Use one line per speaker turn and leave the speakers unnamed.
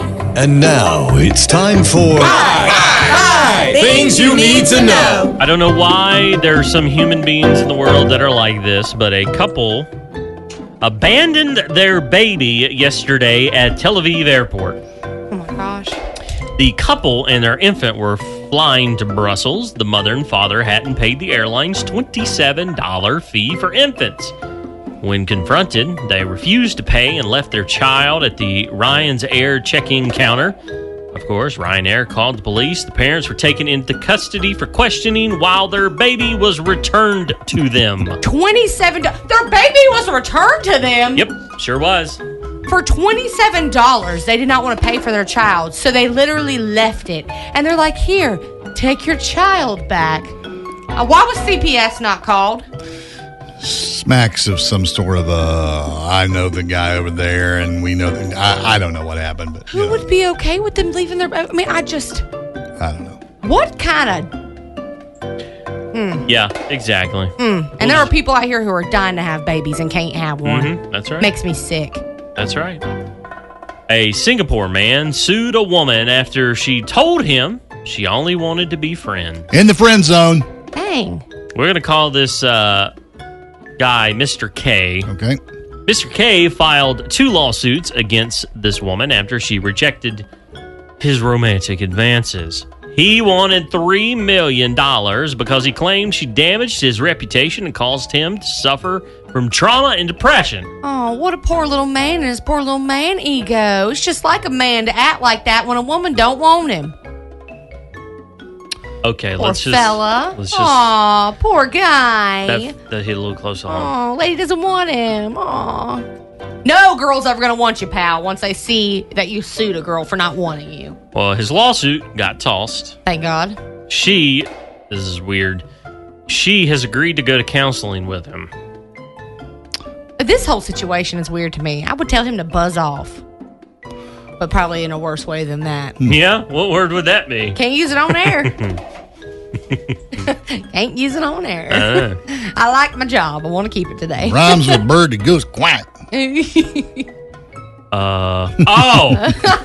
And now it's time for
Things you need to know.
I don't know why there are some human beings in the world that are like this, but a couple abandoned their baby yesterday at Tel Aviv airport.
Oh my gosh.
The couple and their infant were flying to Brussels. The mother and father hadn't paid the airline's $27 fee for infants. When confronted, they refused to pay and left their child at the Ryan's Air check in counter. Of course, Ryanair called the police. The parents were taken into custody for questioning while their baby was returned to them.
27 Their baby was returned to them
Yep, sure was.
for $27. They did not want to pay for their child, so they literally left it. And they're like, "Here, take your child back." Uh, why was CPS not called?
smacks of some sort of uh, I know the guy over there, and we know. The, I, I don't know what happened, but you
Who
know,
would be okay with them leaving their I mean, I just
I don't know.
what kind of
Yeah, exactly.
And there are people out here who are dying to have babies and can't have one.
Mhm, That's right.
Makes me sick.
That's right. A Singapore man sued a woman after she told him she only wanted to be friends.
In the friend zone.
Dang.
We're going to call this uh, guy Mr. K.
Okay.
Mr. K filed two lawsuits against this woman after she rejected his romantic advances. He wanted $3 million because he claimed she damaged his reputation and caused him to suffer from trauma and depression.
Oh, what a poor little man and his poor little man ego. It's just like a man to act like that when a woman don't want him.
Okay,
Poor
let's just
fella.
let's just
Aw, poor guy.
that, that hit a little close to home.
Aw, lady doesn't want him. Aw. No girl's ever gonna want you, pal, once they see that you sued a girl for not wanting you.
Well, his lawsuit got tossed.
Thank God.
She, this is weird. She has agreed to go to counseling with him.
But this whole situation is weird to me. I would tell him to buzz off. But probably in a worse way than that.
Yeah, what word would that be?
Can't use it on air. Can't use it on air.
Uh,
I like my job. I want to keep it today.
Rhymes with bird that goes quack.
uh, oh,